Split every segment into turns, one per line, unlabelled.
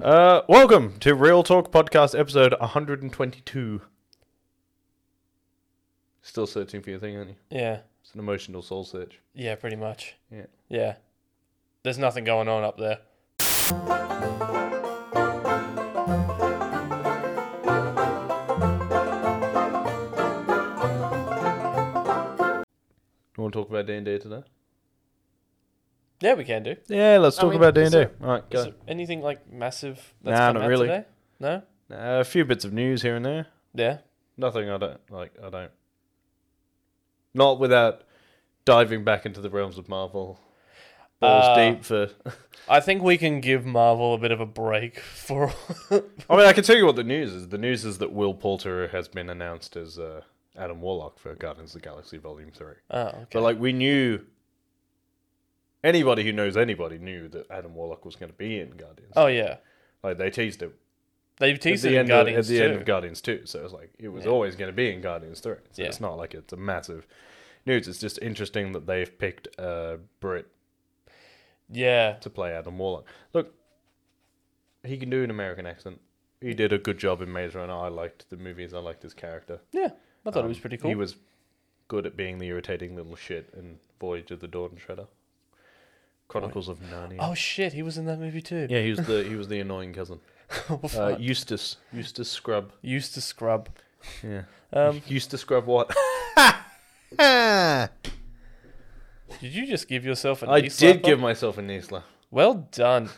Uh, welcome to Real Talk Podcast episode 122. Still searching for your thing, aren't you?
Yeah.
It's an emotional soul search.
Yeah, pretty much.
Yeah.
Yeah. There's nothing going on up there.
You want to talk about D&D today?
Yeah, we can do.
Yeah, let's
I
talk
mean,
about
is
D&D.
it-
All right, go.
Is there anything like massive that's
Nah,
come
not
out
really.
today? No?
Uh, a few bits of news here and there.
Yeah.
Nothing I don't like. I don't. Not without diving back into the realms of Marvel. Balls
Uh,
deep for.
I think we can give Marvel a bit of a break for
I mean, I can tell you what the news is. The news is that Will Poulter has been announced as uh, Adam Warlock for Guardians of the Galaxy Volume Three.
Oh, okay.
But like, we knew. Anybody who knows anybody knew that Adam Warlock was going to be in Guardians.
oh yeah.
Like they teased it
They've
at
teased
the,
it in
end of,
Guardians
at the
too.
end of Guardians 2. So it was like, it was
Yeah.
always going to be in Guardians 3. So
Yeah.
it's not like it's a massive news. It's just interesting that they've picked a Brit
yeah.
to play Adam Warlock. Look, he can do an American accent. He did a good job in Maze Runner. I liked the movies. I liked his character.
Yeah. I thought
Um,
it was pretty cool.
He was good at being the irritating little shit in Voyage of the Dawn Shredder, Chronicles of Narnia.
Oh shit, he was in that movie too.
yeah, he was the he was the annoying cousin.
Oh,
Uh,
fuck.
Eustace, Eustace Scrub.
Used to scrub.
Yeah.
Um,
Used to scrub what?
did you just give yourself an
I
knee
did
slapper?
give myself a knee slap.
Well done.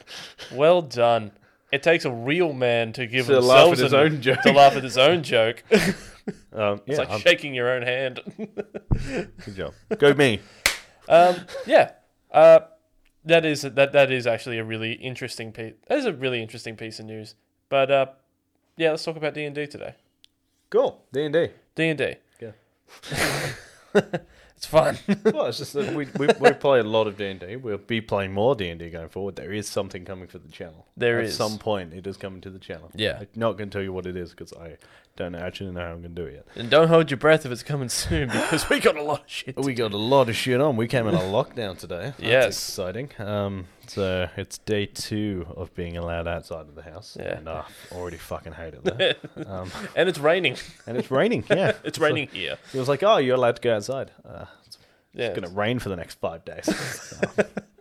Well done. It takes a real man to give
To laugh at
themselves
his
a-
own joke.
to laugh at his own joke. it's
Um, yeah,
like
I'm-
shaking your own hand.
good job. Go me.
um, yeah. Uh, that is that that is actually a really interesting piece. That is a really interesting piece of news. But uh, yeah, let's talk about D and D today.
Cool. D and D.
D and D.
Yeah.
It's fun.
Well, it's just that we, we we play a lot of D and D. We'll be playing more D and D going forward. There is something coming for the channel.
There
At
is.
some point, it is coming to the channel.
Yeah.
I'm not going to tell you what it is because I don't actually know how I'm going to do it yet.
and don't hold your breath if it's coming soon because we got a lot of shit.
We got a lot of shit on. We came in a lockdown today. That's
Yes.
exciting. Um, so it's day two of being allowed outside of the house.
Yeah.
and I already fucking hate it there. um,
And it's raining.
and it's raining. Yeah,
It's raining here.
He was like, "Oh, you're allowed to go outside. Uh, it's
Yeah.
going to rain for the next five days."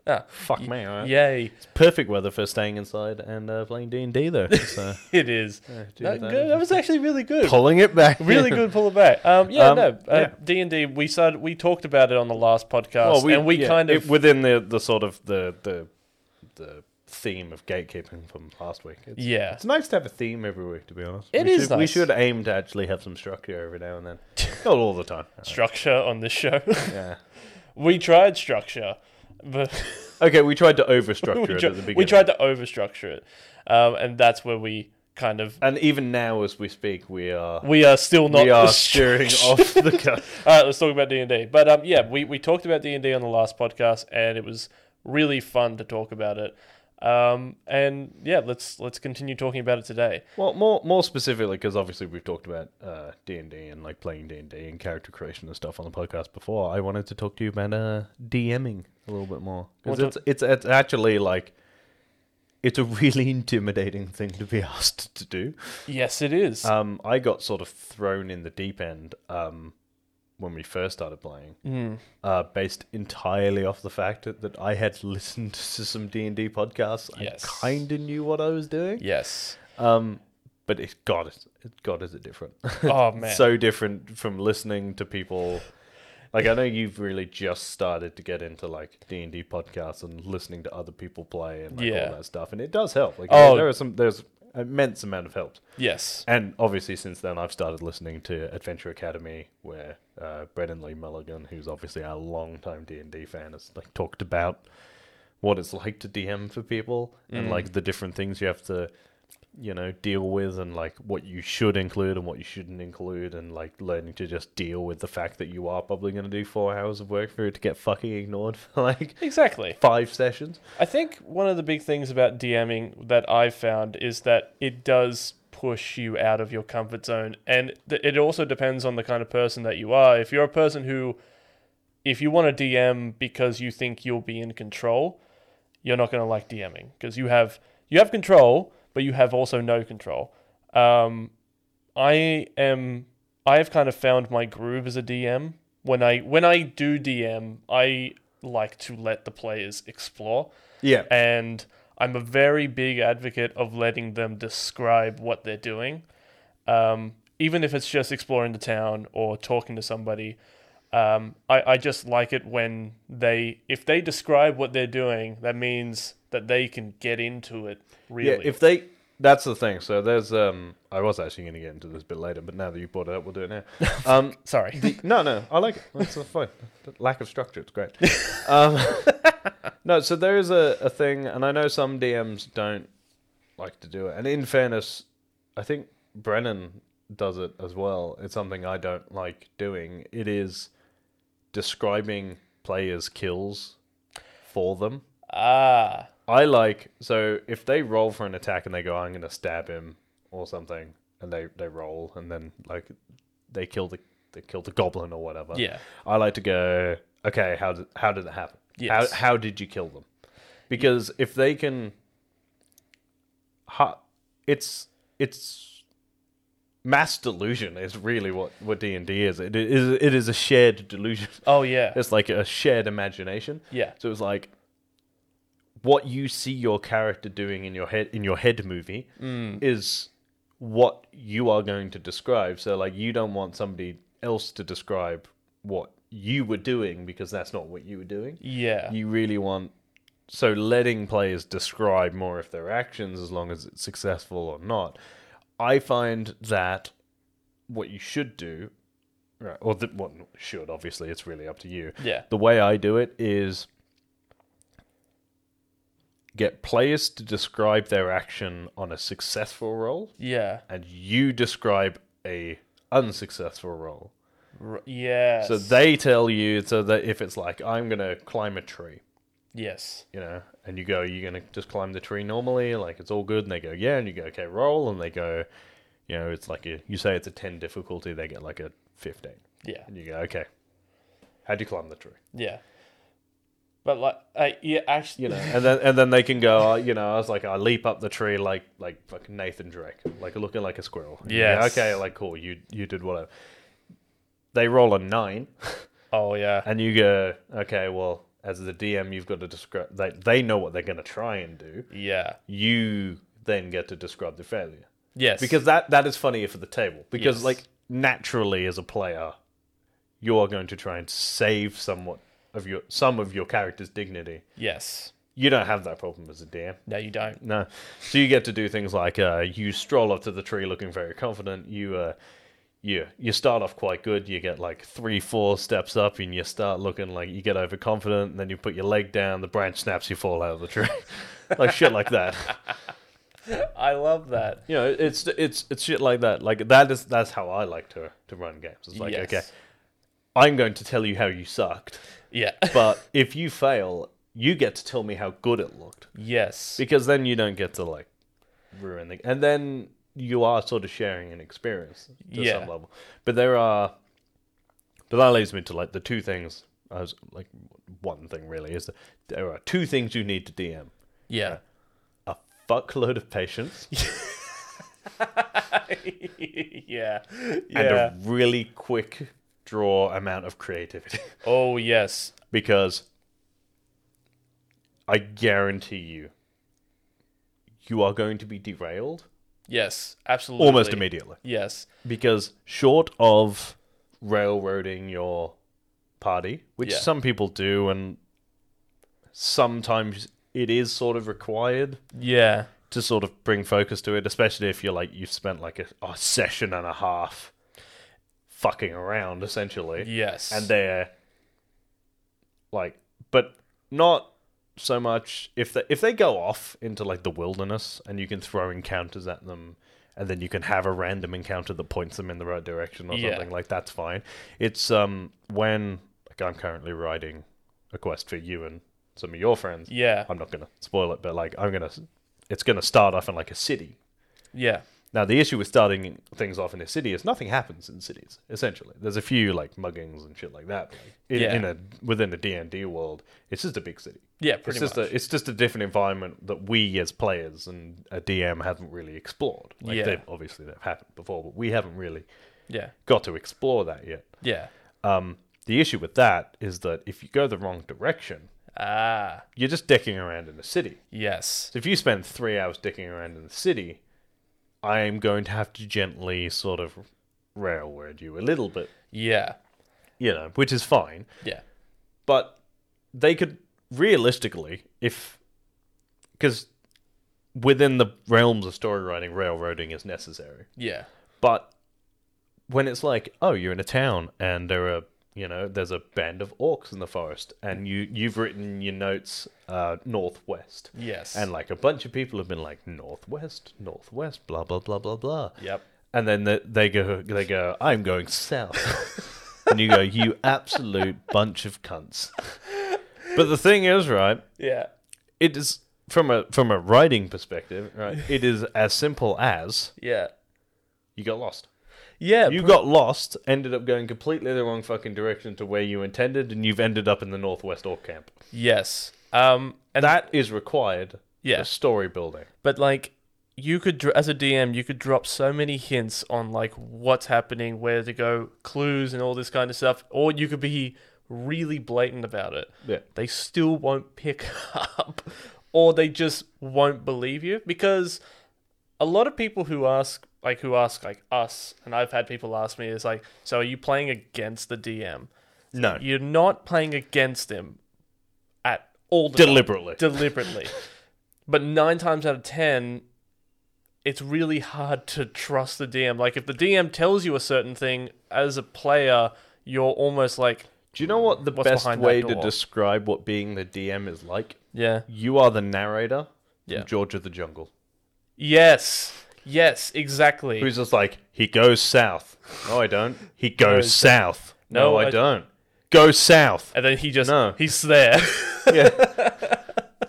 Ah,
Fuck me. All right.
Yay.
It's perfect weather for staying inside and uh, playing D and D though. So
It is.
uh, do
That,
that.
good- that was actually really good.
pulling it back.
Really good pull it back. Um, yeah,
Um, yeah.
no. D and D. We started. We talked about it on the last podcast,
Well, we,
and we
yeah,
kind
it-
of
within the, the sort of the the the theme of gatekeeping from last week. It's,
yeah.
it's nice to have a theme every week. To be honest,
It
we
is
Should, We
nice.
should aim to actually have some structure every now and then. Not all the time.
Structure on this show.
Yeah.
we tried structure, but
Okay, we tried to overstructure
we,
it
tri-
at the beginning.
we tried to overstructure it, um, and that's where we kind of
and even now as we speak, we are
we are still not
we are
structured.
steering off the cut.
All right, let's talk about D and D. But um, yeah, we, we talked about D and D on the last podcast, and it was really fun to talk about it. Um, and yeah, let's let's continue talking about it today.
Well, more more specifically, because obviously we've talked about uh, D and D and like playing D and D and character creation and stuff on the podcast before. I wanted to talk to you about uh, DMing a little bit more because
Well,
it's, it's it's actually like it's a really intimidating thing to be asked to do.
Yes, it is.
Um, I got sort of thrown in the deep end um, when we first started playing,
Hmm.
uh, based entirely off the fact that, that I had listened to some D and D podcasts.
Yes.
I kind of knew what I was doing.
yes.
Um, but it, God, it's, it, God, is it different?
Oh man.
so different from listening to people. Like I know you've really just started to get into like D and D podcasts and listening to other people play and like
Yeah.
all that stuff, and it does help. Like
Oh.
there are some there's immense amount of help.
yes.
And obviously, since then, I've started listening to Adventure Academy, where uh, Brendan Lee Mulligan, who's obviously a long-time D and D fan, has like talked about what it's like to DM for people and like the different things you have to, you know, deal with, and like what you should include and what you shouldn't include, and like learning to just deal with the fact that you are probably going to do four hours of work for it to get fucking ignored for like
Exactly.
five sessions.
I think one of the big things about DMing that I've found is that it does push you out of your comfort zone. And th- it also depends on the kind of person that you are. If you're a person who, if you want to DM because you think you'll be in control, you're not going to like DMing because you have you have control, but but you have also no control. Um, I am I have kind of found my groove as a DM. When I when I do DM, I like to let the players explore
Yeah.
and I'm a very big advocate of letting them describe what they're doing, um, even if it's just exploring the town or talking to somebody. Um, I, I just like it when they, if they describe what they're doing, that means that they can get into it really.
Yeah, if they that's the thing. So there's um I was actually gonna get into this a bit later, but now that you brought it up, we'll do it now. Um
Sorry.
the- no, no, I like it. That's uh, fine. The lack of structure, it's great. Um, no, so there is a, a thing, and I know some DMs don't like to do it. And in fairness, I think Brennan does it as well. It's something I don't like doing. It is describing players' kills for them.
Ah,
I like so if they roll for an attack and they go, I'm gonna stab him or something, and they they roll and then like they kill the they kill the goblin or whatever.
yeah.
I like to go, okay, how did how did it happen?
Yes.
How how did you kill them? Because if they can, ha, it's it's mass delusion is really what what D and D is. It is it is a shared delusion.
Oh, yeah.
It's like a shared imagination.
Yeah.
So it's like what you see your character doing in your head in your head movie is what you are going to describe. So like you don't want somebody else to describe what you were doing because that's not what you were doing.
Yeah.
You really want so letting players describe more of their actions as long as it's successful or not. I find that what you should do right or the, what should obviously it's really up to you
Yeah.
the way I do it is get players to describe their action on a successful roll,
Yeah.
and you describe a unsuccessful roll.
R- yes.
So they tell you so that if it's like I'm gonna climb a tree,
Yes.
you know, and you go, you're gonna just climb the tree normally, like it's all good, and they go, yeah, and you go, okay, roll, and they go, you know, it's like a, you say it's a ten difficulty, they get like a fifteen,
Yeah.
and you go, okay, how'd you climb the tree?
Yeah. But like, I yeah, actually,
you know, and then and then they can go. uh, You know, I was like, I leap up the tree like like fucking Nathan Drake, like looking like a squirrel. Yeah.
Yes.
Okay. Like cool. You you did whatever. They roll a nine,
Oh yeah.
and you go, okay. Well, as the DM, you've got to describe. They they know what they're going to try and do.
Yeah.
You then get to describe the failure
Yes.
because that that is funnier for the table because
Yes.
like naturally as a player, you are going to try and save somewhat of your some of your character's dignity.
yes.
You don't have that problem as a DM.
No, you don't.
No. So you get to do things like uh, you stroll up to the tree looking very confident. You uh, you you start off quite good. You get like three, four steps up, and you start looking like you get overconfident. And then you put your leg down, the branch snaps, you fall out of the tree, like shit like that.
I love that.
You know, it's it's it's shit like that. Like that is that's how I like to to run games. It's like
yes.
okay, I'm going to tell you how you sucked,
Yeah.
but if you fail, you get to tell me how good it looked.
yes.
because then you don't get to like ruin the and then you are sort of sharing an experience to
Yeah.
some level but there are but that leads me to like the two things i was like one thing really is that there are two things you need to dm
Yeah.
a fuckload of patience
yeah.
and
Yeah.
a really quick draw amount of creativity
Oh yes.
because i guarantee you you are going to be derailed
Yes. Absolutely.
almost immediately
Yes.
because short of railroading your party, which
Yeah.
some people do, and sometimes it is sort of required
Yeah.
to sort of bring focus to it, especially if you're like you've spent like a, a session and a half fucking around essentially,
Yes.
and they're like, but not so much if they if they go off into like the wilderness and you can throw encounters at them and then you can have a random encounter that points them in the right direction or
Yeah.
something like that's fine it's um when like i'm currently writing a quest for you and some of your friends
yeah.
i'm not gonna spoil it but like i'm gonna it's gonna start off in like a city
Yeah.
Now, the issue with starting things off in a city is nothing happens in cities. Essentially, there's a few like muggings and shit like that. Like, in,
Yeah.
in a within a D and D world, it's just a big city.
Yeah, pretty
it's just
much.
A, it's just a different environment that we as players and a DM haven't really explored. Like
Yeah.
they've, obviously they've happened before, but we haven't really
yeah,
got to explore that yet.
yeah.
Um, the issue with that is that if you go the wrong direction,
Ah,
you're just dicking around in the city.
yes.
So if you spend three hours dicking around in the city, I am going to have to gently sort of railroad you a little bit,
Yeah,
you know, which is fine.
yeah,
But they could realistically, if because within the realms of story writing, railroading is necessary.
yeah,
But when it's like, oh, you're in a town and there are you know there's a band of orcs in the forest, and you you've written your notes uh, northwest,
yes.
and like a bunch of people have been like northwest, northwest, blah blah blah blah blah,
yep.
and then the, they go they go, I'm going south, and you go, you absolute bunch of cunts. But the thing is, right?
Yeah,
It is from a from a writing perspective, right? It is as simple as
yeah,
you got lost.
yeah.
You got lost, ended up going completely the wrong fucking direction to where you intended, and you've ended up in the Northwest Orc Camp.
yes. Um, and
That is required
Yeah.
for story building.
but like you could dr- as a dm you could drop so many hints on like what's happening where to go clues and all this kind of stuff or you could be really blatant about it
Yeah.
they still won't pick up or they just won't believe you because a lot of people who ask like who ask like us and i've had people ask me is like so are you playing against the dm
No.
you're not playing against him at all the time
Deliberately.
deliberately. but nine times out of ten, it's really hard to trust the DM. Like if the DM tells you a certain thing as a player, you're almost like,
Do you know what the
What's
best
behind that
way to
door?
describe what being the DM is like?
yeah,
You are the narrator
Yeah.
from George of the Jungle,
yes, yes, exactly.
who's just like, he goes south. No, I don't. He goes south. No,
No,
I,
I-
don't. Go south.
and then he just
No.
he's there.
Yeah.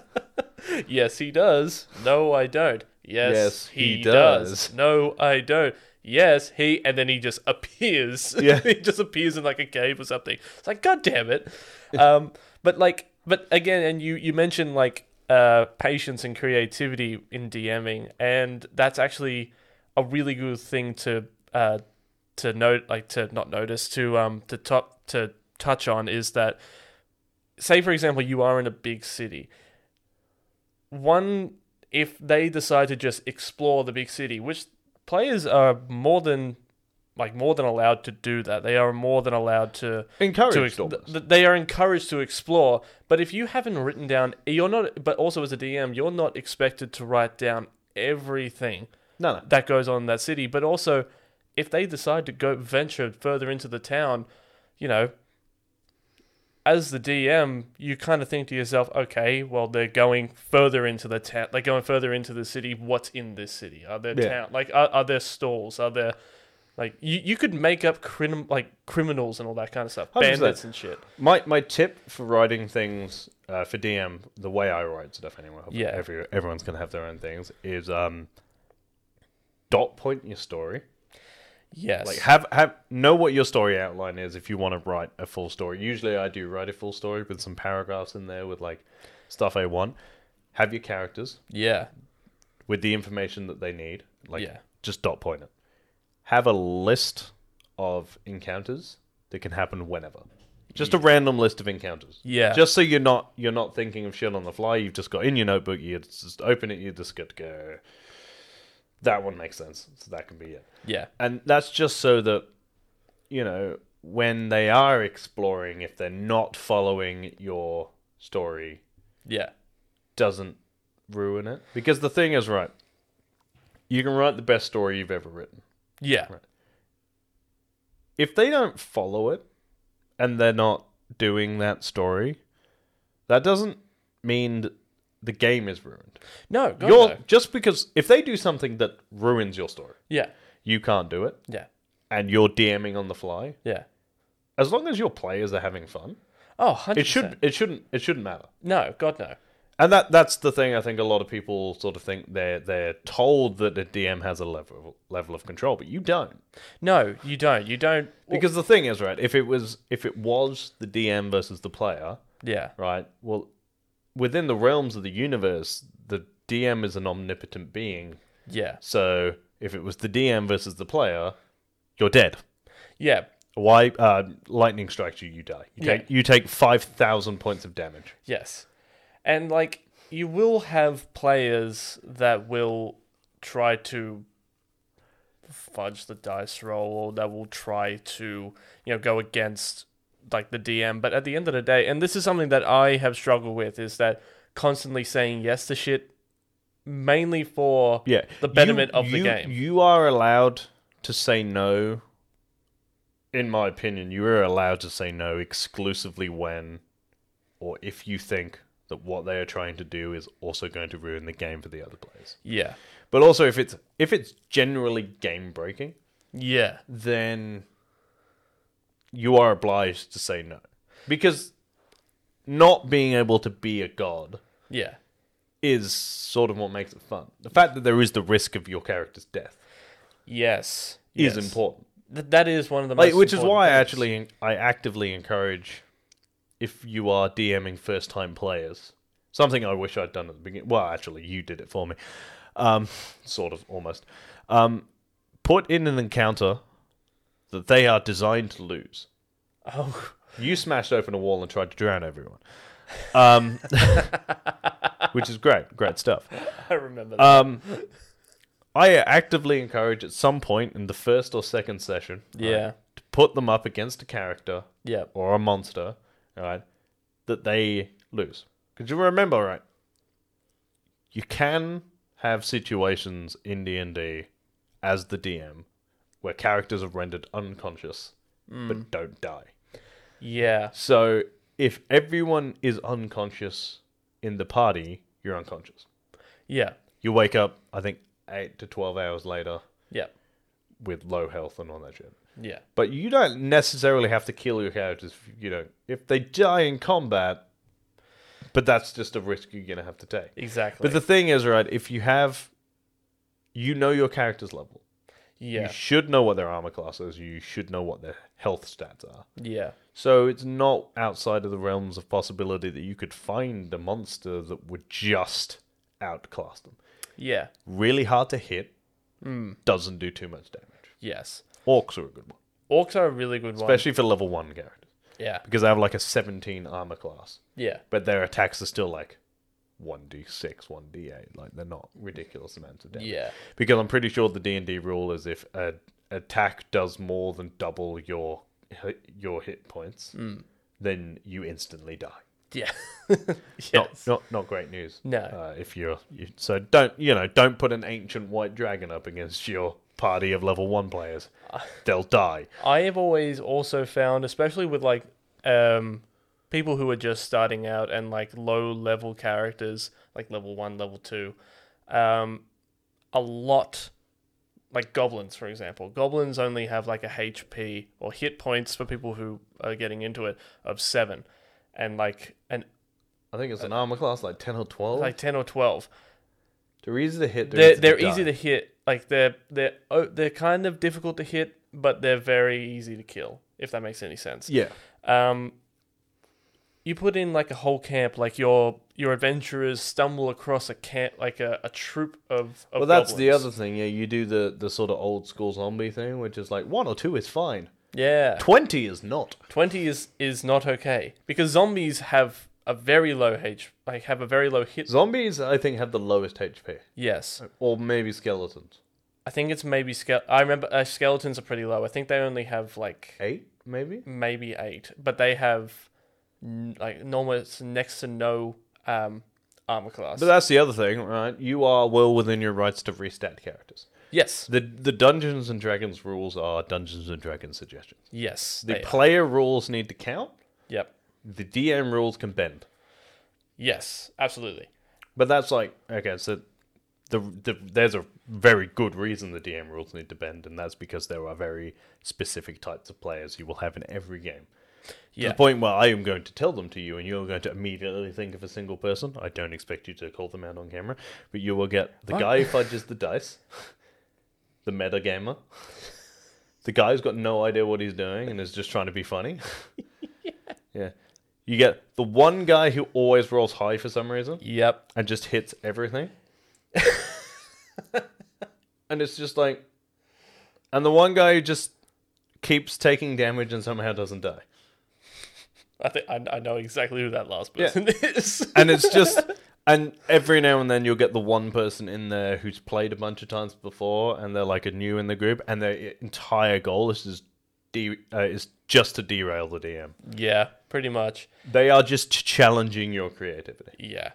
yes, he does. No, I don't. Yes,
Yes,
he,
he
does.
does.
No, I don't. Yes, he and then he just appears.
Yeah.
he just appears in like a cave or something. It's like, God damn it. Um, but like, but again, and you you mentioned like uh, patience and creativity in DMing, and that's actually a really good thing to uh, to note, like to not notice, to um to top to touch on is that, say for example, you are in a big city. One, if they decide to just explore the big city, which players are more than like more than allowed to do that. They are more than allowed to to
Encouraged
ex-
almost.
th- they are encouraged to explore but if you haven't written down you're not but also as a dm you're not expected to write down everything
no, no.
that goes on in that city but also if they decide to go venture further into the town you know as the dm you kind of think to yourself okay well they're going further into the town they're going further into the city what's in this city are there
Yeah.
town like are, are there stalls are there like you, you could make up crim- like criminals and all that kind of stuff
100%.
bandits and shit
My my tip for writing things uh, for DM, the way I write stuff anyway.
Yeah.
Every, everyone's gonna have their own things. Is um, dot point your story.
Yes.
Like have have know what your story outline is if you want to write a full story. Usually I do write a full story with some paragraphs in there with like stuff I want. Have your characters
yeah.
with the information that they need. Like
Yeah.
just dot point it. Have a list of encounters that can happen whenever. Just a random list of encounters.
Yeah.
Just so you're not you're not thinking of shit on the fly. You've just got in your notebook. You just open it. You just got to go. That one makes sense. So that can be it.
yeah.
And that's just so that you know when they are exploring, if they're not following your story,
Yeah.
doesn't ruin it. Because the thing is, right, you can write the best story you've ever written.
Yeah.
If they don't follow it and they're not doing that story, that doesn't mean th- the game is ruined.
No. God,
You're
Oh, no.
just because if they do something that ruins your story,
Yeah.
you can't do it
Yeah.
and you're DMing on the fly.
Yeah.
As long as your players are having fun,
Oh, 100%.
it should it shouldn't it shouldn't matter.
No. God, no.
and that that's the thing I think a lot of people sort of think they're they're told that a DM has a level level of control, but you don't.
No, you don't. You don't.
Because the thing is, right, if it was if it was the DM versus the player,
yeah.
right? Well, within the realms of the universe, the DM is an omnipotent being.
Yeah.
So if it was the DM versus the player, you're dead.
Yeah.
Why uh, lightning strikes you, you die. You
Yeah.
take you take five thousand points of damage.
Yes. And like you will have players that will try to fudge the dice roll or that will try to, you know, go against like the DM, but at the end of the day, and this is something that I have struggled with is that constantly saying yes to shit mainly for
Yeah,
the
You-
betterment of the
you-
game.
You are allowed to say no. In my opinion, you are allowed to say no exclusively when, or if you think that what they are trying to do is also going to ruin the game for the other players.
yeah.
But also, if it's if it's generally game breaking,
Yeah.
then you are obliged to say no, because not being able to be a god
Yeah.
is sort of what makes it fun. The fact that there is the risk of your character's death
Yes.
is
Yes.
important.
Th- that is one of the
Like,
most
which is
important
why I
things.
actually I actively encourage if you are DMing first time players. Something I wish I'd done at the beginning. Well, actually, you did it for me, um, sort of almost. Um, put in an encounter that they are designed to lose.
Oh.
You smashed open a wall and tried to drown everyone, um, which is great, great stuff.
I remember that.
Um, I actively encourage at some point in the first or second session, right,
Yeah.
to put them up against a character
yeah.
or a monster, right, that they lose. Because you remember, right, you can have situations in D and D as the DM where characters are rendered unconscious but don't die.
Yeah.
So if everyone is unconscious in the party, you're unconscious.
Yeah.
You wake up, I think, eight to twelve hours later
Yeah.
with low health and all that shit.
Yeah.
But you don't necessarily have to kill your characters. if You know, if they die in combat, but that's just a risk you're gonna have to take.
Exactly.
But the thing is, right? If you have, you know your character's level.
yeah.
You should know what their armor class is. You should know what their health stats are.
yeah.
So it's not outside of the realms of possibility that you could find a monster that would just outclass them.
Yeah.
Really hard to hit. Doesn't do too much damage.
Yes.
Orcs are a good one,
Orcs are a really good one.
especially for level one characters.
yeah.
because they have like a 17 armor class,
Yeah.
but their attacks are still like 1d6, 1d8. Like they're not ridiculous amounts of damage.
Yeah.
Because I'm pretty sure the D&D rule is if a attack does more than double your your hit points,
Hmm.
then you instantly die.
Yeah. yes.
Not not, not great news.
No.
Uh, if you're you, so don't you know don't put an ancient white dragon up against your party of level 1 players. They'll die.
I have always also found, especially with like um, people who are just starting out and like low level characters, like level one, level two, um, a lot like goblins, for example. Goblins only have like a HP or hit points for people who are getting into it of seven, and like an
I think it's an armor class like 10 or 12.
Uh, like ten or twelve.
they're easy to hit.
they're
to
they're
die.
easy to hit. Like they're they're oh, they're kind of difficult to hit, but they're very easy to kill. If that makes any sense.
Yeah.
Um, you put in like a whole camp, like your your adventurers stumble across a camp, like a, a troop of. of
Well, that's the
goblins.
other thing. Yeah, you do the the sort of old school zombie thing, which is like one or two is fine,
Yeah,
twenty is not.
twenty is is not okay because zombies have a very low H, like have a very low hit.
Zombies, I think, have the lowest HP,
Yes,
or maybe skeletons.
I think it's maybe ske- I remember uh, skeletons are pretty low. I think they only have like
Eight, maybe.
maybe eight, but they have n- like almost next to no um, armor class.
But that's the other thing, right? You are well within your rights to restat characters.
yes,
The the Dungeons and Dragons rules are Dungeons and Dragons suggestions.
yes,
The
they are.
player rules need to count.
yep,
The DM rules can bend.
yes, absolutely.
But that's like okay, so the, the there's a very good reason the DM rules need to bend, and that's because there are very specific types of players you will have in every game. To
Yeah.
the point where I am going to tell them to you, and you are going to immediately think of a single person. I don't expect you to call them out on camera, but you will get the
I-
guy who fudges the dice, the metagamer, the guy who's got no idea what he's doing and is just trying to be funny. yeah. You get the one guy who always rolls high for some reason
Yep.
and just hits everything. and it's just like and the one guy who just keeps taking damage and somehow doesn't die.
I think I, I know exactly who that last person is.
And it's just and every now and then you'll get the one person in there who's played a bunch of times before and they're like a new in the group and their entire goal is just de- uh, is just to derail the DM.
yeah, pretty much.
They are just challenging your creativity.
Yeah.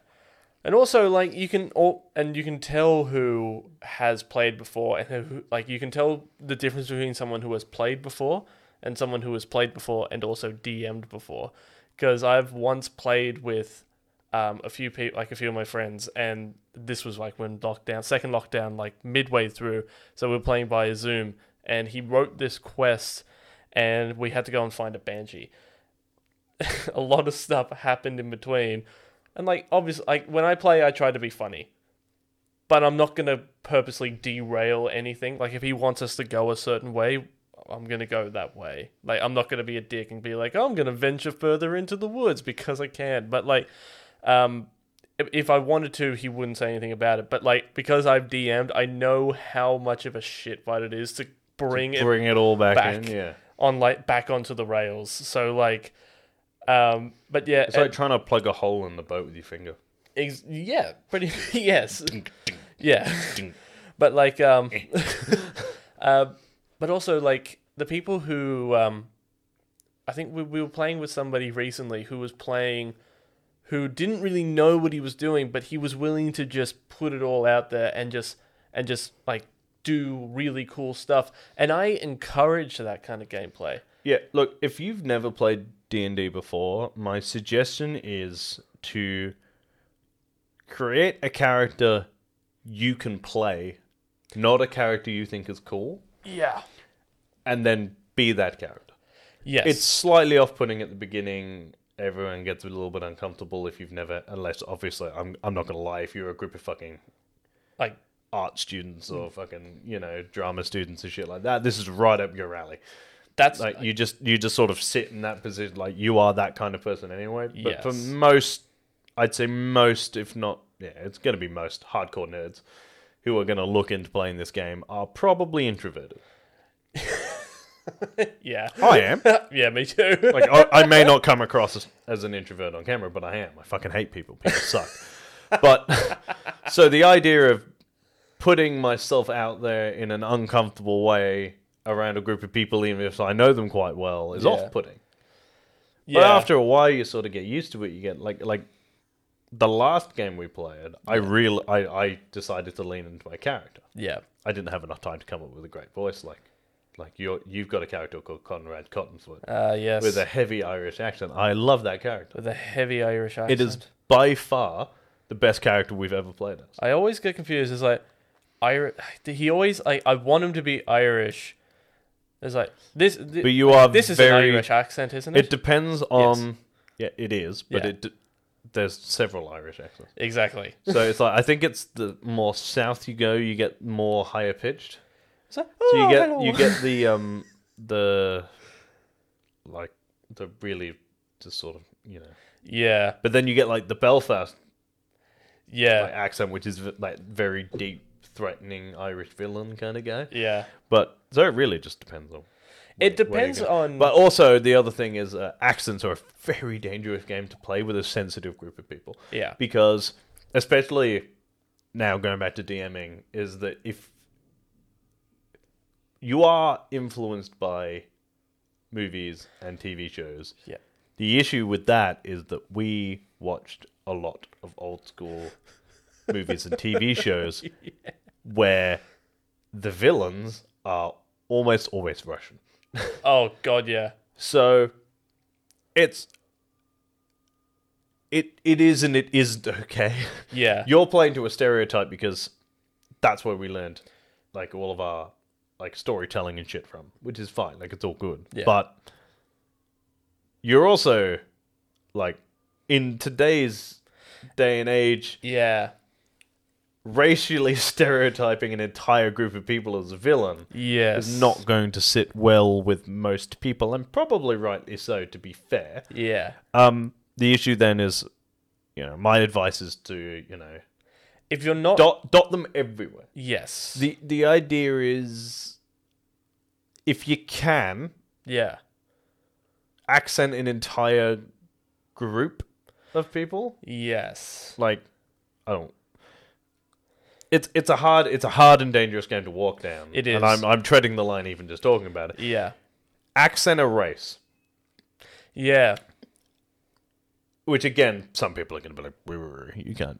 And also, like you can all, and you can tell who has played before, and who, like you can tell the difference between someone who has played before and someone who has played before and also DM'd before. Because I've once played with um, a few people, like a few of my friends, and this was like when lockdown, second lockdown, like midway through. So we are playing via Zoom, and he wrote this quest, and we had to go and find a banshee. a lot of stuff happened in between. And like obviously like when I play I try to be funny. But I'm not going to purposely derail anything. Like if he wants us to go a certain way, I'm going to go that way. Like I'm not going to be a dick and be like, "Oh, "I'm going to venture further into the woods because I can." But like um if- if I wanted to, he wouldn't say anything about it. But like because I've DM'd, I know how much of a shit fight it is to bring it
Bring it all back,
back.
in, yeah.
on like back onto the rails. So like um but yeah,
It's like trying to plug a hole in the boat with your finger.
Ex- yeah, pretty yes, yeah. but like, um,
Eh.
uh, but also like the people who, um, I think we, we were playing with somebody recently who was playing, who didn't really know what he was doing, but he was willing to just put it all out there and just and just like do really cool stuff. And I encourage that kind of gameplay.
Yeah, look, if you've never played D&D before, my suggestion is to create a character you can play, not a character you think is cool,
Yeah.
and then be that character.
Yes.
It's slightly off-putting at the beginning. Everyone gets a little bit uncomfortable if you've never unless obviously I'm I'm not going to lie if you're a group of fucking
like
art students or fucking, you know, drama students and shit like that. This is right up your alley.
that's
like you just you just sort of sit in that position like you are that kind of person anyway but for
Yes.
most i'd say most if not yeah it's going to be most hardcore nerds who are going to look into playing this game are probably introverted
yeah.
i am
yeah, me too.
like I, I may not come across as, as an introvert on camera but i am i fucking hate people people suck but so the idea of putting myself out there in an uncomfortable way around a group of people even if i know them quite well is
Yeah.
off-putting
yeah.
But after a while, you sort of get used to it. You get like like the last game we played. I real I, I decided to lean into my character.
yeah.
I didn't have enough time to come up with a great voice like like you you've got a character called Conrad Cottonfoot
Uh, yes.
with a heavy Irish accent. I love that character.
with a heavy Irish
It
accent.
is by far the best character we've ever played as.
I always get confused. It's like Irish. He always like I want him to be Irish. It's like this. thi-
But you are
this is an
very
Irish accent, isn't it?
it depends on yeah, it is, but
Yeah.
it d there's several Irish accents.
exactly.
So it's like I think it's the more south you go, you get more higher pitched.
It's like,
So you
"Oh,
get
hello."
you get the um the like the really just sort of you know,
yeah,
but then you get like the Belfast like,
yeah,
accent, which is v- like very deep, threatening Irish villain kind of guy.
yeah.
But so it really just depends on. where- where
It
you're
depends
going.
on.
But also the other thing is uh, accents are a very dangerous game to play with a sensitive group of people
yeah,
because especially now going back to DMing is that if you are influenced by movies and TV shows,
yeah,
the issue with that is that we watched a lot of old school movies and TV shows where the villains are almost always Russian.
Oh God, yeah,
So it's it it is and it isn't okay.
yeah,
You're playing to a stereotype because that's where we learned like all of our like storytelling and shit from, which is fine. Like it's all good,
Yeah.
but you're also like in today's day and age
Yeah.
racially stereotyping an entire group of people as a villain
Yes.
is not going to sit well with most people and probably rightly so to be fair
Yeah.
um the issue then is you know my advice is to you know
If you're not.
dot dot them everywhere
yes.
the the idea is if you can
yeah.
accent an entire group of people
Yes.
like oh it's it's a hard it's a hard and dangerous game to walk down
It is.
and i'm i'm treading the line even just talking about it
Yeah.
accent a race
Yeah.
which again some people are going to be like "Wait, wait, wait, wait, you can't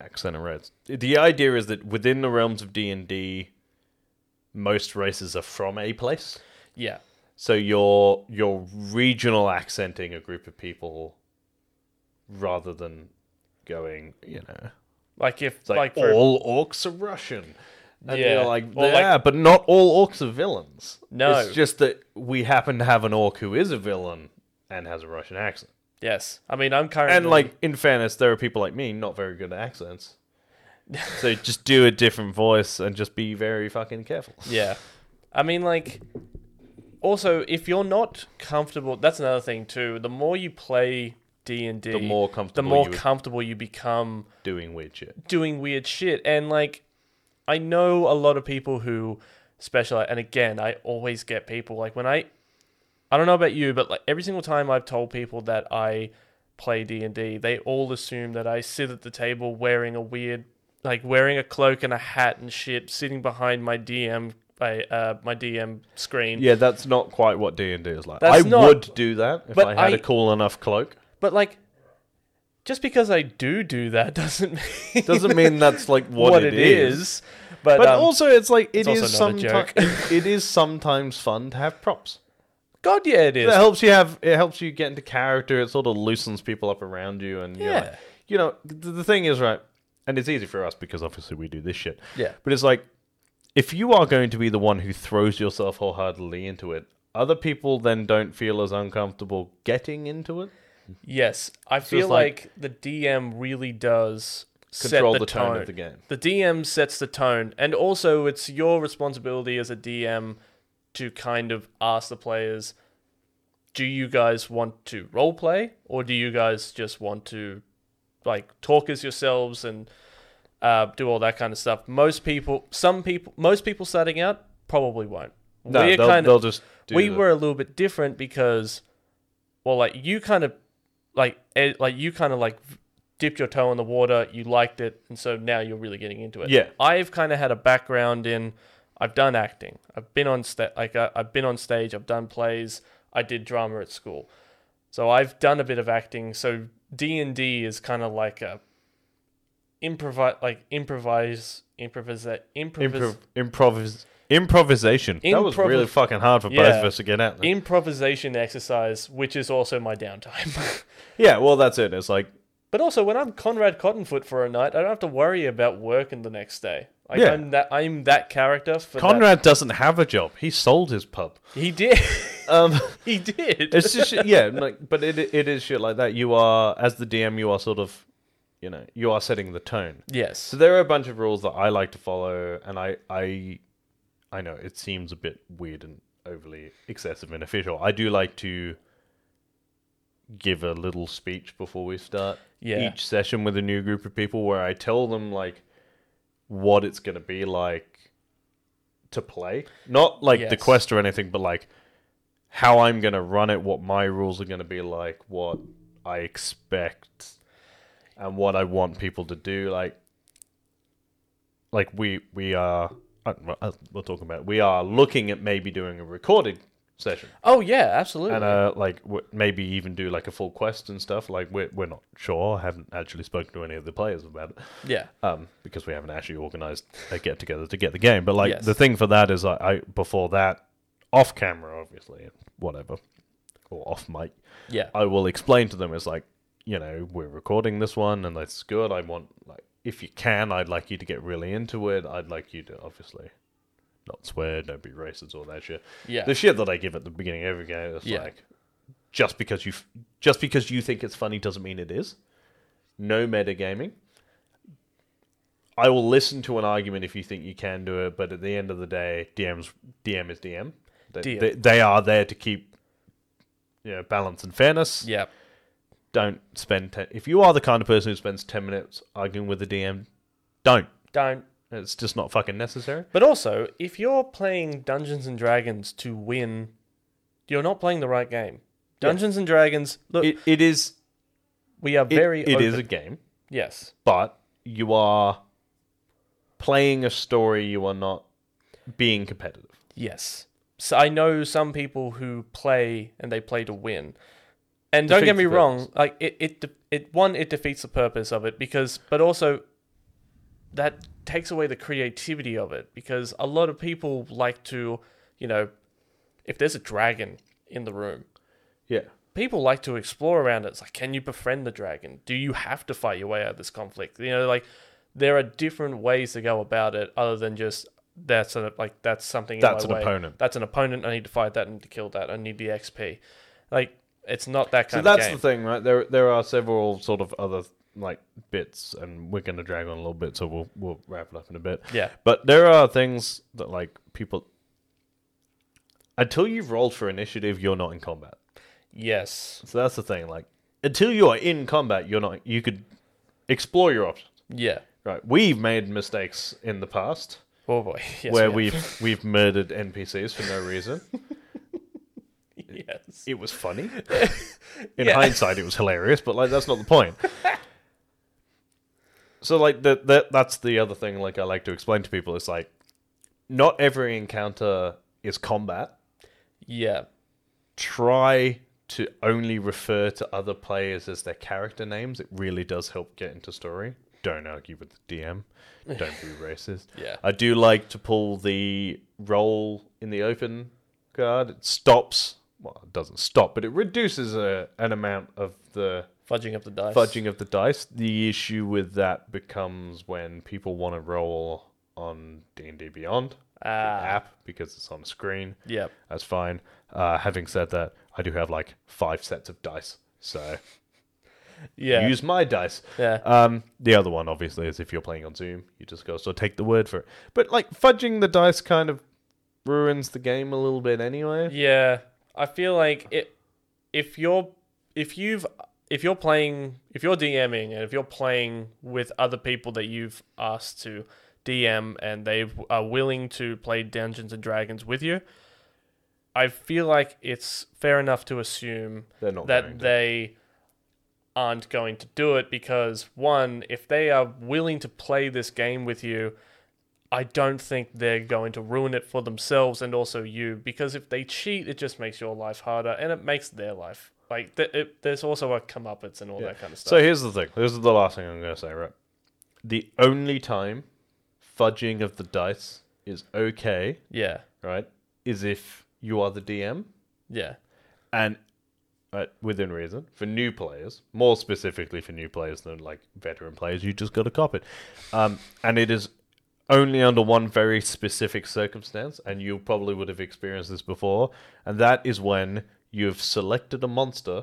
accent a race the idea is that within the realms of d&d most races are from a place
Yeah.
so you're you're regional accenting a group of people rather than going you know
Like if
It's like,
like, for,
all orcs are Russian. And
Yeah.
yeah. Like,
Or like-
yeah, but not all orcs are villains.
No.
It's just that we happen to have an orc who is a villain and has a Russian accent.
yes. I mean, I'm currently
And, like, in fairness, there are people like me, not very good at accents. so just do a different voice and just be very fucking careful.
Yeah. I mean, like, also, if you're not comfortable, that's another thing too. The more you play D and D,
The more
the
comfortable
more
you are
comfortable you become
doing weird shit.
doing weird shit. And like, I know a lot of people who specialize. And again, I always get people like when I, I don't know about you, but like every single time I've told people that I play D and D, they all assume that I sit at the table wearing a weird, like wearing a cloak and a hat and shit, sitting behind my DM, my uh, my DM screen.
Yeah, that's not quite what D&D is like.
That's
I
not-
would do that if
But
I had
I-
a cool enough cloak.
But like, just because I do do that doesn't mean
Doesn't mean that's, like, what,
what it is. But,
But
um,
also, it's like it
also
is
not a joke.
sometimes it is sometimes fun to have props.
God, yeah, it
It
is.
helps you have it helps you get into character. It sort of loosens people up around you, and you're
Yeah.
like, you know, th- the thing is right, and it's easy for us because obviously we do this shit.
Yeah.
but it's like if you are going to be the one who throws yourself wholeheartedly into it, other people then don't feel as uncomfortable getting into it.
Yes, I feel
it's like-
like, the DM really does
Control
set the,
the tone of
tone.
the game.
The DM sets the tone, and also it's your responsibility as a DM to kind of ask the players, "Do you guys want to role play, or do you guys just want to like talk as yourselves and uh, do all that kind of stuff?" Most people, some people, most people starting out probably won't.
No,
We're
they'll,
kind of-
they'll just do
we
the-
were a little bit different because well like you kind of like ed, like you kind of like dipped your toe in the water you liked it and so now you're really getting into it
Yeah.
i've kind of had a background in i've done acting i've been on sta- like I, i've been on stage i've done plays i did drama at school so i've done a bit of acting so d&d is kind of like a improvise like improvise improvise improvise
improv improvis improvisation. that was
Improv-
really fucking hard for both
Yeah.
of us to get out. There.
improvisation exercise which is also my downtime
yeah, well, that's it. It's like
But also, when I'm Conrad Cottonfoot for a night, I don't have to worry about working the next day. Like
Yeah.
I'm that I'm that character for that-
Conrad doesn't have a job. He sold his pub.
He did.
Um.
he did.
it's just shit- yeah like, but it it is shit like that you are as the dm you are sort of you know you are setting the tone
yes.
so there are a bunch of rules that i like to follow and i i i know it seems a bit weird and overly excessive and official i do like to give a little speech before we start
Yeah.
each session with a new group of people where i tell them like what it's going to be like to play not like the
Yes.
quest or anything but like how i'm going to run it what my rules are going to be like what i expect and what i want people to do like like we we are uh, well, uh, we'll talk about it. we are looking at maybe doing a recorded session
Oh yeah, absolutely.
and uh, like w- maybe even do like a full quest and stuff like we're, we're not sure i haven't actually spoken to any of the players about it
yeah.
um, because we haven't actually organized a get together to get the game. But like
Yes.
the thing for that is, I, I before that, off camera, obviously, whatever, or off mic,
Yeah.
I will explain to them is like, you know, we're recording this one and that's good. I want like if you can, I'd like you to get really into it. I'd like you to obviously not swear, don't be racist, all that shit.
Yeah.
The shit that I give at the beginning of every game is
Yeah.
like just because you f- just because you think it's funny doesn't mean it is. No metagaming. I will listen to an argument if you think you can do it, but at the end of the day, DM's DM is DM. They,
DM.
They, they are there to keep you know, balance and fairness.
Yeah.
Don't spend ten, if you are the kind of person who spends ten minutes arguing with the DM, don't.
Don't.
It's just not fucking necessary.
But also, if you're playing Dungeons and Dragons to win, you're not playing the right game. Dungeons and Dragons, look,
It, it is
we are
it-
very
it
open.
is a game.
yes.
but you are playing a story you are not being competitive
Yes. So I know some people who play and they play to win. And don't get
Defeats
me
the
wrong, like it, it de- it one it defeats the purpose of it because but also that takes away the creativity of it because a lot of people like to, you know, if there's a dragon in the room,
yeah
people like to explore around it. It's like, can you befriend the dragon? Do you have to fight your way out of this conflict? You know, like there are different ways to go about it other than just that's a, like that's something.
That's
in
an
my way.
opponent.
That's an opponent. I need to fight that. I need to kill that. I need the XP. Like it's not that
so
kind of
that's
game.
the thing right there there are several sort of other like bits and we're going to drag on a little bit so we'll we'll wrap it up in a bit
Yeah.
but there are things that like people until you've rolled for initiative you're not in combat
yes.
so that's the thing like until you are in combat you're not you could explore your options
Yeah.
right we've made mistakes in the past
Oh boy. Yes,
where
we
we've
have.
we've murdered NPCs for no reason.
yes.
It was funny. In
Yeah.
hindsight, it was hilarious, but like that's not the point. so like that that that's the other thing. Like I like to explain to people is like, not every encounter is combat.
Yeah.
Try to only refer to other players as their character names. It really does help get into story. Don't argue with the DM. Don't be racist.
Yeah.
I do like to pull the roll in the open card. It stops. Well, it doesn't stop, but it reduces a, an amount of the
Fudging up the dice.
fudging of the dice. The issue with that becomes when people want to roll on D and D Beyond the
Ah.
app because it's on screen.
Yeah.
That's fine. Uh, having said that, I do have like five sets of dice, so
Yeah.
use my dice.
yeah.
Um, the other one, obviously, is if you're playing on Zoom, you just go so take the word for it. But like fudging the dice kind of ruins the game a little bit anyway.
Yeah, I feel like it. If you're if you've if you're playing if you're DMing and if you're playing with other people that you've asked to DM and they are willing to play Dungeons and Dragons with you, I feel like it's fair enough to assume
They're not going
that
to.
they aren't going to do it because one, if they are willing to play this game with you, I don't think they're going to ruin it for themselves and also you because if they cheat, it just makes your life harder and it makes their life like th- it, there's also a comeuppance and all that kind of stuff.
So here's the thing. This is the last thing I'm going to say. Right, the only time fudging of the dice is okay,
yeah,
right, is if you are the DM
yeah,
and uh, within reason for new players, more specifically for new players than like veteran players, you just got to cop it. Um, and it is only under one very specific circumstance, and you probably would have experienced this before, and that is when you've selected a monster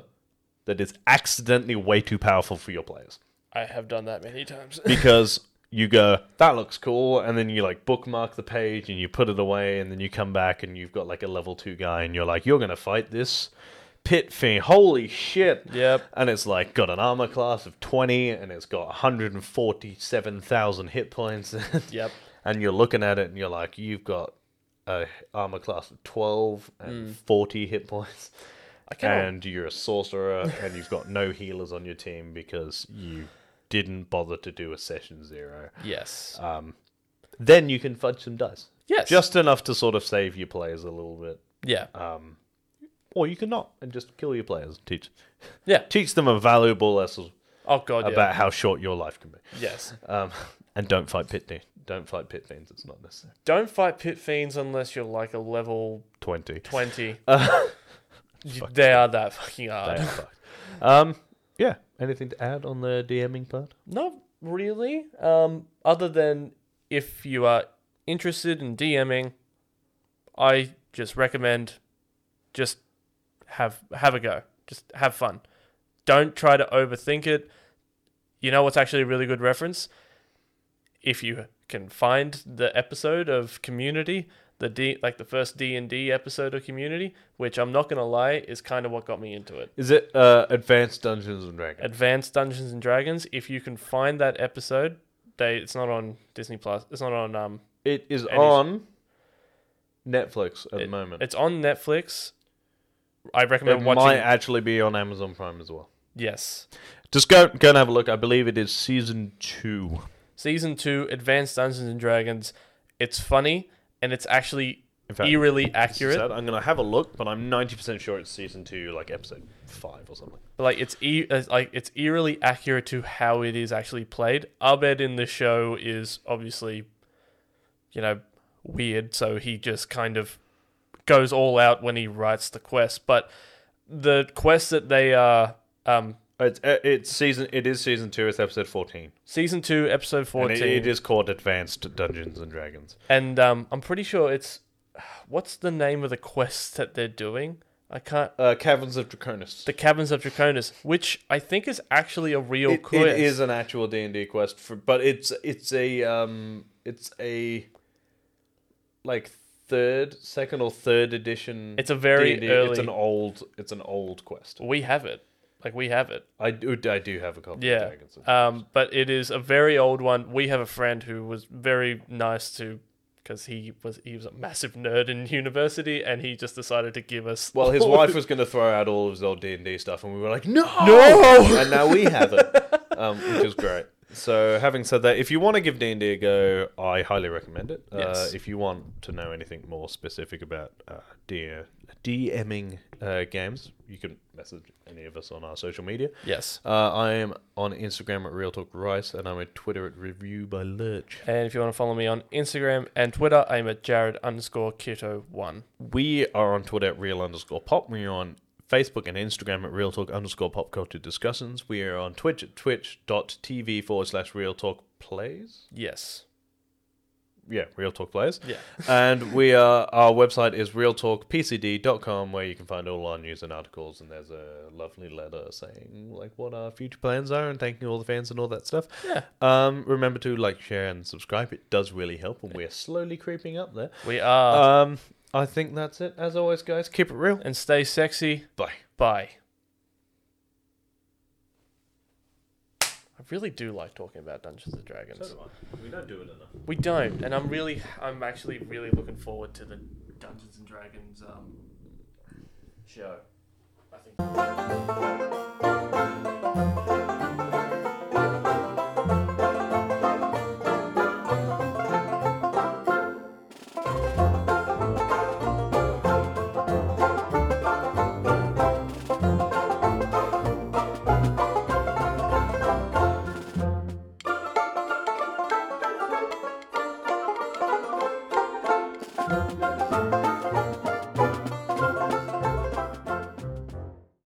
that is accidentally way too powerful for your players
I have done that many times.
because you go that looks cool and then you like bookmark the page and you put it away and then you come back and you've got like a level 2 guy and you're like you're going to fight this pit fiend holy shit
Yep.
and it's like got an armor class of 20 and it's got 147,000 hit points
yep,
and you're looking at it and you're like you've got a armor class of 12
Hmm.
and 40 hit points
I cannot.
and you're a sorcerer and you've got no healers on your team because you didn't bother to do a session zero,
yes,
then you can fudge some dice.
yes,
Uh, Just uh, enough to sort of save your players a little bit.
yeah,
Or you can not and just kill your players and teach
yeah.
teach them a valuable lesson
Oh god, yeah,
about how short your life can be.
yes.
Um, and don't fight pit fiends. Don't fight pit fiends. It's not necessary.
Don't fight pit fiends unless you're like a level
Twenty.
20. You- Uh, they are that fucking hard.
Damn, fuck. um, yeah. Anything to add on the DMing part?
Not really. Um, other than if you are interested in DMing, I just recommend just have have a go. Just have fun. Don't try to overthink it. You know what's actually a really good reference? If you can find the episode of Community, the D like the first D and D episode of Community, which I'm not gonna lie is kind of what got me into it.
Is it uh, Advanced Dungeons and Dragons?
Advanced Dungeons and Dragons. If you can find that episode, they it's not on Disney Plus. It's not on um.
It is
Any-
on Netflix at the
it-
moment.
It's on Netflix. I
It
recommend
might
watching.
actually be on Amazon Prime as well.
yes,
Just go go and have a look. I believe it is season two.
season two, Advanced Dungeons and Dragons. It's funny and it's actually
In fact,
eerily
As I
accurate.
said, I'm gonna have a look, but I'm 90% sure it's season two, like episode five or something.
But, like it's e- uh, like it's eerily accurate to how it is actually played. Abed in the show is obviously, you know, weird, so he just kind of goes all out when he writes the quest. But the quest that they are um,
It's uh, it's season. It is season two. It's episode 14.
season two, episode
And
fourteen,
it, it is called Advanced Dungeons and Dragons.
and um, I'm pretty sure it's what's the name of the quest that they're doing? I can't.
Uh, Caverns of Draconis.
The Caverns of Draconis, which I think is actually a real
It-
quest.
it is an actual D and D quest for, but it's it's a um it's a like third, second or third edition.
It's a very
D&D.
early.
It's an old. It's an old quest.
we have it. Like we have it.
I do. I do have a copy.
Yeah.
Of Dragons. and-
Um, but it is a very old one. We have a friend who was very nice to because he was he was a massive nerd in university and he just decided to give us
well, his
all-
wife was going to throw out all of his old D and D stuff, and we were like, no,
No!
and now we have it, um, which is great. So, having said that, if you want to give D and D a go, I highly recommend it. Uh,
Yes.
if you want to know anything more specific about uh, D- DMing uh, games, you can message any of us on our social media.
Yes.
Uh, I am on Instagram at Real Talk Rice, and I'm at Twitter at Review by Lurch.
And if you want to follow me on Instagram and Twitter, I'm at Jared underscore keto one.
We are on Twitter at real underscore pop. We are on Facebook and Instagram at real talk underscore pop culture discussions. We are on Twitch at twitch.tv forward slash real talk plays.
Yes.
Yeah, real talk plays.
Yeah.
and we are, our website is realtalkpcd.com where you can find all our news and articles. And there's a lovely letter saying like what our future plans are and thanking all the fans and all that stuff.
Yeah.
Um, remember to like, share, and subscribe. It does really help. And we're slowly creeping up there.
We are.
Um, I think that's it. As always, guys, keep it real.
and stay sexy.
Bye.
Bye. I really do like talking about Dungeons and Dragons.
We don't do it enough.
We don't, and I'm really, I'm actually really looking forward to the Dungeons and Dragons um, show. I think.